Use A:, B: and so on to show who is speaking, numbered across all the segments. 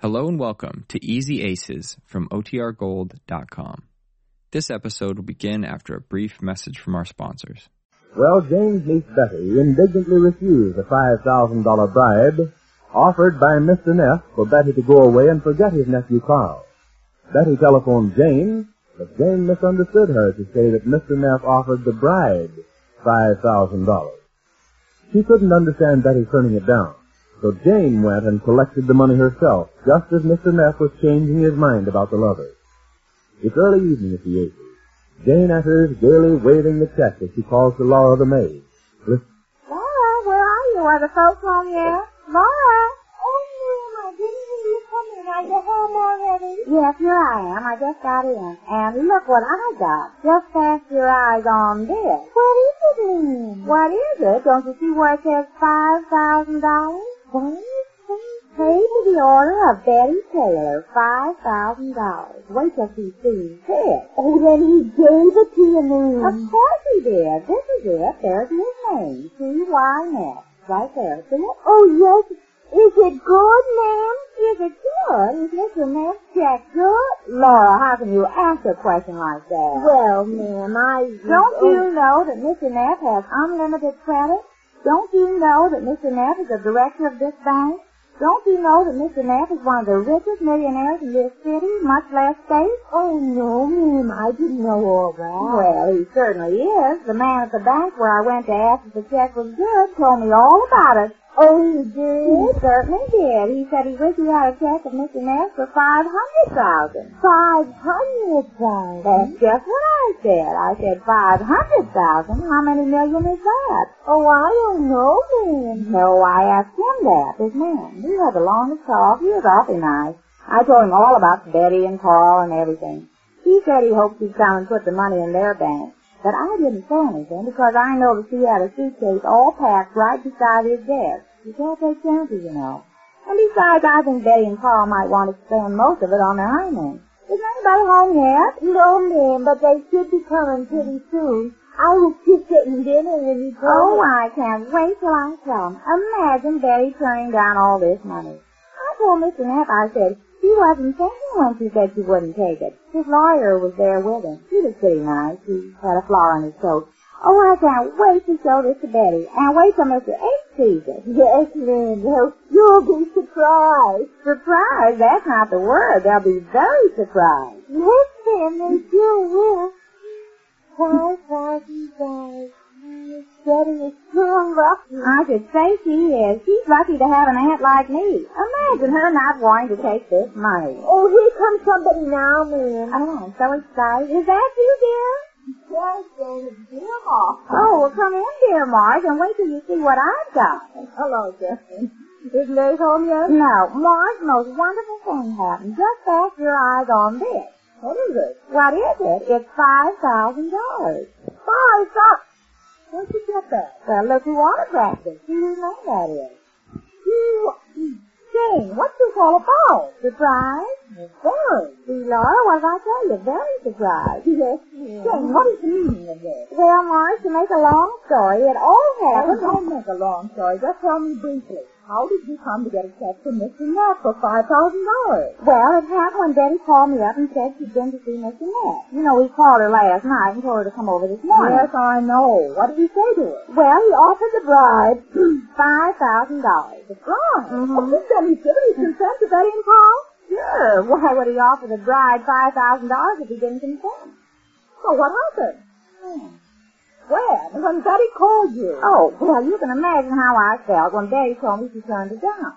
A: Hello and welcome to Easy Aces from OTRGold.com. This episode will begin after a brief message from our sponsors.
B: Well, James Leaf Betty indignantly refused a $5,000 bribe offered by Mr. Neff for Betty to go away and forget his nephew Carl. Betty telephoned Jane, but Jane misunderstood her to say that Mr. Neff offered the bride $5,000. She couldn't understand Betty turning it down, so Jane went and collected the money herself, just as Mr. Neff was changing his mind about the lovers. It's early evening at the Aces. Jane enters, gaily waving the check as she calls to Laura the maid. Listen,
C: Laura, where are you? Are the folks on yet? Laura! Oh, ma'am, I didn't hear you coming. Are you home already? Yes, here I am. I just got in. And look what I got. Just cast your eyes on this. What is it, ma'am? What is it? Don't you see where it says $5,000? Paid to the order of Betty Taylor, five thousand dollars. Wait till she sees this. Oh, then he gave it to you, ma'am. Of course he did. This is it. There's his name, C Y Ness, right there. See it? Oh yes. Is it good, ma'am? Is it good? Is Mr. Ness check good? Laura, how can you ask a question like that? Well, ma'am, I Oh. don't you know that Mr. Ness has unlimited credit? Don't you know that Mr. Neff is a director of this bank? Don't you know that Mr. Neff is one of the richest millionaires in this city, much less state? Oh, no, ma'am. I didn't know all that. Well, he certainly is. The man at the bank where I went to ask if the check was good told me all about it. Oh, he did? He certainly did. He said he wished he had a check of Mr. Neff for five hundred thousand. Five hundred thousand? That's just what I said. I said five hundred thousand. How many million is that? Oh, I don't know, ma'am. No, I asked him that. This man. We had the longest talk. He was awfully nice. I told him all about Betty and Carl and everything. He said he hoped he'd come and put the money in their bank. But I didn't say anything because I noticed he had a suitcase all packed right beside his desk. You can't take chances, you know. And besides, I think Betty and Carl might want to spend most of it on their honeymoon. Is anybody home yet? No, ma'am, but they should be coming pretty soon. I was just getting dinner when you Oh, I can't wait till I tell 'em. Imagine Betty turning down all this money. I told Mr. Knapp, I said, she wasn't thinking when she said she wouldn't take it. His lawyer was there with him. He was pretty nice. He had a flower in his coat. Oh, I can't wait to show this to Betty. And wait till Mr. H sees it. Yes, Linda. You'll be surprised. Surprised? That's not the word. They'll be very surprised. Yes, ma'am, they sure will. Five thousand dollars. Betty is so lucky. I should say she is. She's lucky to have an aunt like me. Imagine her not wanting to take this money. Oh, here comes somebody now, ma'am. Oh, I'm so excited. Is that you, dear? Yes, dear Mark. Oh, well, come in, dear Mark, and wait till you see what I've got. Hello, Justin. Is Nate home yet? No. Mark, most wonderful thing happened. Just cast your eyes on this. What is it? What is it? It's five thousand dollars. Five thousand. Where'd you get that? Well, look who autographed it. See whose name that is. You, Jane, what's this all about? Surprise? Very. See, Laura, what did I tell you? Very surprised. Yes, Jane, what is the meaning of this? Well, Marge, to make a long story, it all happened.
D: don't make a long story. Just tell me briefly. How did you come to get a check from Mr. Knapp for five thousand dollars?
C: Well, it happened when Betty called me up and said she'd been to see Mr. Ness. You know, we called her last night and told her to come over this morning.
D: Yes, I know. What did he say to her?
C: Well, he offered the bride five thousand dollars.
D: Bribe.
C: Mhm.
D: Oh, did he give his consent to Betty and Paul?
C: Sure. Why would he offer the bride five thousand dollars if he didn't consent? Hmm.
D: Well, what happened? When? When Betty called you.
C: Oh, well, you can imagine how I felt when Betty told me she turned it down.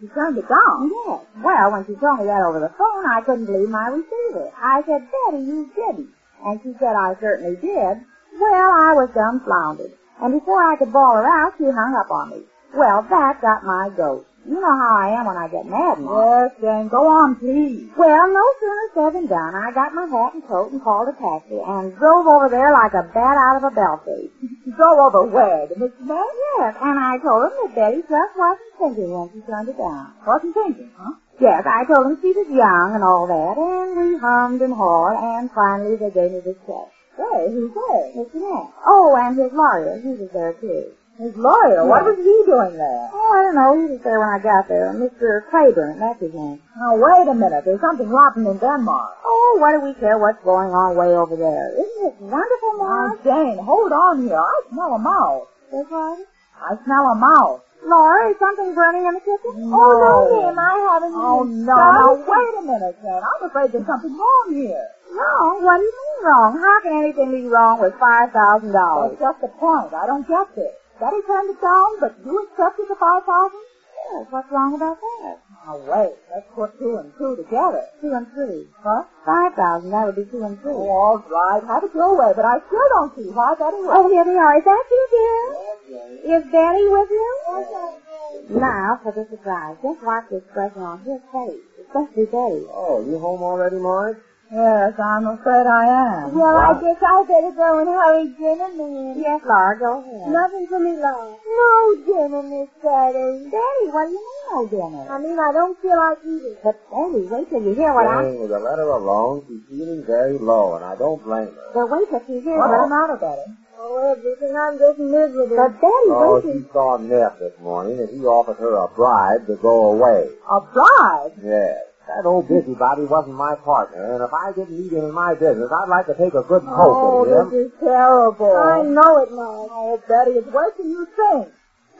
D: you turned it down.
C: Yes. Well, when she told me that over the phone, I couldn't believe my receiver. I said, Betty, you didn't. And she said, I certainly did. Well, I was dumbfounded. And before I could bawl her out, she hung up on me. Well, that got my goat. You know how I am when I get mad, Mom.
D: Yes, Jane. Go on, please.
C: Well, no sooner said than done. I got my hat and coat and called a taxi and drove over there like a bat out of a bell cage.
D: Go over where? Mr.
C: Well, yes, and I told him that Betty just wasn't thinking when she turned it down.
D: Wasn't thinking, huh?
C: Yes, I told him she was young and all that, and we hummed and hawed, and finally they gave me the check.
D: Say, who's there?
C: Mr. Ness. Oh, and his lawyer, he was there too.
D: His lawyer, what was he doing there?
C: Oh, I don't know. He was there when I got there. Mr. Claiborne, that's his name.
D: Now, wait a minute. There's something rotten in Denmark.
C: Oh, what do we care what's going on way over there? Isn't it wonderful,
D: Now,
C: Mom?
D: Jane, hold on here. I smell a mouse.
C: That's right.
D: I smell a mouse.
C: Laura, is something burning in the kitchen?
D: No.
C: Oh, no, ma'am. I haven't
D: Oh,
C: even
D: no. Now,
C: started.
D: wait a minute, Jane. I'm afraid there's something wrong here.
C: Wrong? What do you mean wrong? How can anything be wrong with $5,000?
D: That's just the point. I don't get this. Betty turned it down, but you accepted the 5000
C: Yes, what's wrong about that?
D: Now, wait. Let's put two and two together.
C: Two and three.
D: Huh?
C: 5000 that would be two and three.
D: Oh, all right. Have it your way, but I still don't see why Betty would.
C: Oh, here they are. Is that you, dear? Is Betty with you? Now for the surprise. Just watch the expression on his face, especially Betty.
B: Oh, you home already, Marge?
D: Yes, I'm afraid I am.
C: Well, I
D: guess I better go and hurry dinner, man.
C: Yes, Laura, go ahead.
D: Nothing for me long. No dinner, Miss Betty.
C: Betty, what do you mean no dinner?
D: mean, I don't feel like eating.
C: But Betty, wait till you hear what I...
B: Jane, well, let her alone. She's feeling very low, and I don't blame her.
C: But wait till she hears
D: What's the
C: what I...
D: matter, Betty?
C: Oh, everything I'm just miserable. But Betty,
B: Oh,
C: wait till...
B: she saw Neff this morning, and he offered her a bribe to go away.
D: A bribe?
B: Yes. That old busybody wasn't my partner, and if I didn't need him in my business, I'd like to take a good
D: Oh,
B: poke at him.
D: this is terrible.
C: I
D: know it, Mom. Oh, Betty, it's worse than you think.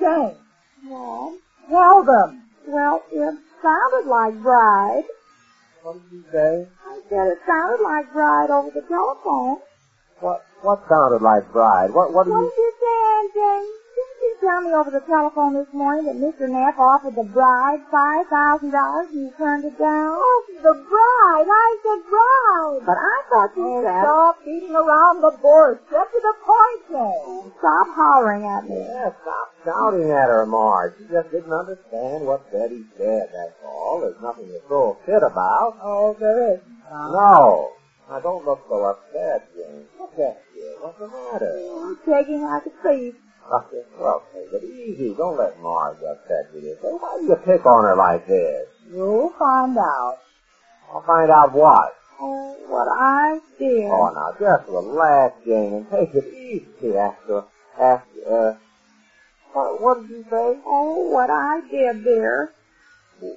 D: Jane,
C: Well,
D: tell them.
C: well, it sounded like bride.
B: What did you say?
C: I said it sounded like bride over the telephone.
B: What, what sounded like bride? What, what do
C: Don't
B: you...
C: you stand, James. Didn't you tell me over the telephone this morning that Mr. Neff offered the bride five thousand dollars and you turned it down? Oh, the bride! I said bride. But I thought you
D: Oh,
C: said.
D: stop beating around the bush. Get to the point, Jane.
C: Stop hollering at me.
B: Yeah, stop shouting at her, Marge. She just didn't understand what Betty said, that's all. There's nothing to throw a fit about.
D: Oh, there is.
B: No. Now, don't look so upset, Jane. Look at you. What's the matter?
C: I'm shaking like a leaf.
B: Uh, Well, take it easy. Don't let Marge upset you. Say, Why do you pick on her like this?
D: You'll find out.
B: I'll find out what.
C: Oh, what I did.
B: Oh, now just relax, Jane, and take it easy after, after, uh, what, what did you say?
C: Oh, what I did, dear.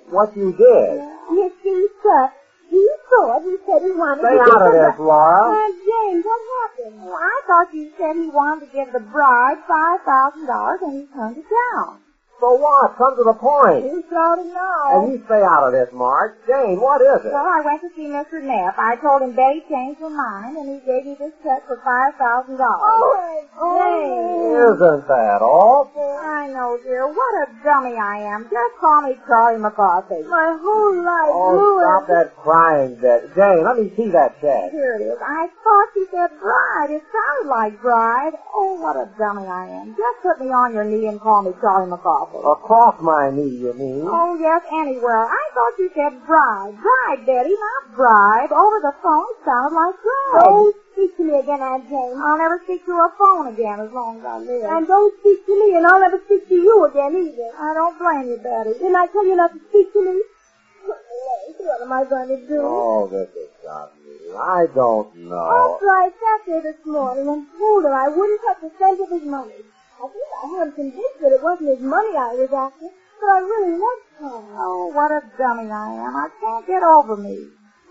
B: What you did?
C: Yes, he said. He saw it. He said he wanted
B: Stay out of this, Laura.
C: Aunt Jane, what happened? Well, I thought you said he wanted to give the bride five thousand dollars and he turned it down.
B: So what? Come to the point.
D: Who's shouting now?
B: And you stay out of this, Marge. Jane, what is it?
C: Well, I went to see Mr. Neff. I told him Betty changed her mind and he gave me this check for five thousand dollars.
D: oh,
C: Oh,
B: Isn't that awful?
C: I know, dear. What a dummy I am. Just call me Charlie McCarthy.
D: My whole life
B: Oh, stop that crying, Jane. Jane, let me see that check.
C: Here it is. I thought you said bride. It sounded like bride. Oh, what a dummy I am. Just put me on your knee and call me Charlie McCarthy.
B: Across my knee, you mean?
D: Uh-huh.
C: Oh, yes, anywhere. I thought you said bride. Bride, Betty, not bribe. Over the phone sounded like bride.
D: Don't
C: speak to me again, Aunt Jane. I'll never speak to a phone again as long as I live.
D: don't speak to me, and I'll never speak to you again either.
C: I don't blame you, Betty.
D: Didn't I tell you not to speak to me? What am I going to do?
B: Oh, this is not me. I don't know.
D: After I sat there this morning and told him I wouldn't touch a cent of his money. I think I had him convinced that it wasn't his money I was after, but I really was him.
C: Oh, what a dummy I am. I can't get over me.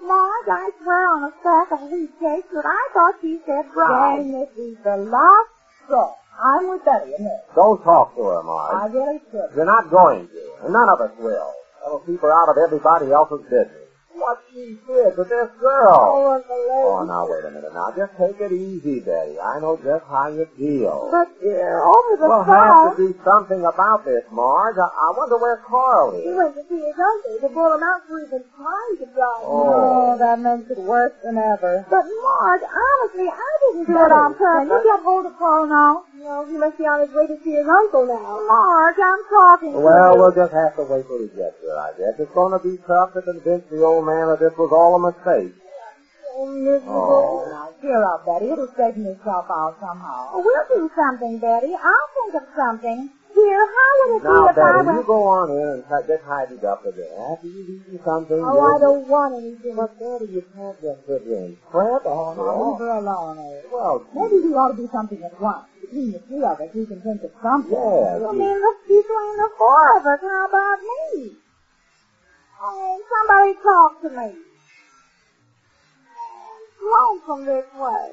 C: Marge, I swear on a stack of wheat cakes that I thought you said bride.
D: Jane, this is the last straw. I'm with Betty in this.
B: Don't talk to her,
D: I
B: Marge.
D: really should.
B: You're not going to. And none of us will. That'll keep her out of everybody else's business. What she did to this girl.
D: Oh, and the
B: Oh,
D: lady.
B: now wait a minute. Now just take it easy, Betty. I know just how you feel.
C: But, dear, over the
B: We'll have to
C: phone.
B: do something about this, Marge. I, I wonder where Carl
D: He
B: is.
D: went to see his uncle to bail him out for even trying to drive.
B: Oh.
D: that makes it worse than ever.
C: But, Marge, honestly, I didn't do it
D: Betty,
C: on
D: Can you
C: purpose.
D: get hold of Paul now? No, he must be on his way to see his uncle now.
C: Marge, I'm talking
B: Well,
C: to you.
B: we'll just have to wait till he gets here, I guess. It's going to be tough to convince the old man that this was all a mistake.
D: Oh, Oh, miserable.
B: Oh.
D: Now, cheer up, Betty. It'll straighten itself out somehow.
C: We'll do something, Betty. I'll think of something. Dear, how would it
B: Now,
C: be if I
B: Betty,
C: went...
B: you
D: Oh,
B: go on in and try, get tidied up again. After you've eaten
D: Oh,
B: something,
D: I
B: you'll-
D: don't want anything.
B: But Betty, you can't just sit here and fret all
D: Now, leave
B: night.
D: her alone, eh?
B: Well,
D: Maybe we ought to do something at once.
E: between the three of us, we can think of something.
F: Yeah.
E: Well,
C: I mean, look between the four of us. How about me? Hey, somebody talk to me. It's Lonesome this way.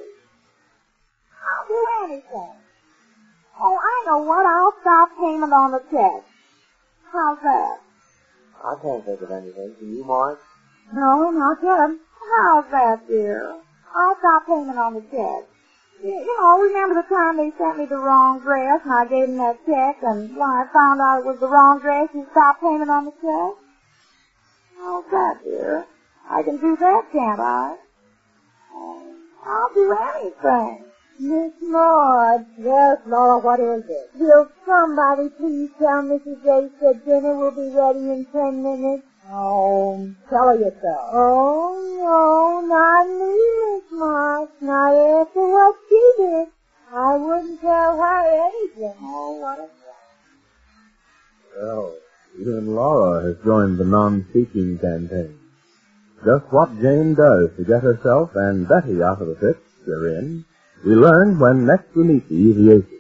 C: I'll do anything. Oh, I know what. I'll stop payment on the check. How's that?
B: I can't think of anything. Can you, Marge?
E: No, not yet.
C: How's that, dear? I'll stop payment on the check. You, you know, remember the time they sent me the wrong dress and I gave them that check and when I found out it was the wrong dress you stopped payment on the check? How's that, dear? I can do that, can't I? Oh, I'll do anything.
E: Miss Maud. Yes, Laura, what is it?
C: Will somebody please tell Mrs. Yates that dinner will be ready in ten minutes?
E: Oh, tell her yourself.
C: Oh, no, not me, Miss Marsh. Not after what she did. I wouldn't tell her anything. Oh, what a...
F: Well, even Laura has joined the non-speaking campaign. Just what Jane does to get herself and Betty out of the E fits they're in, we learn when next we meet the Easy Aces.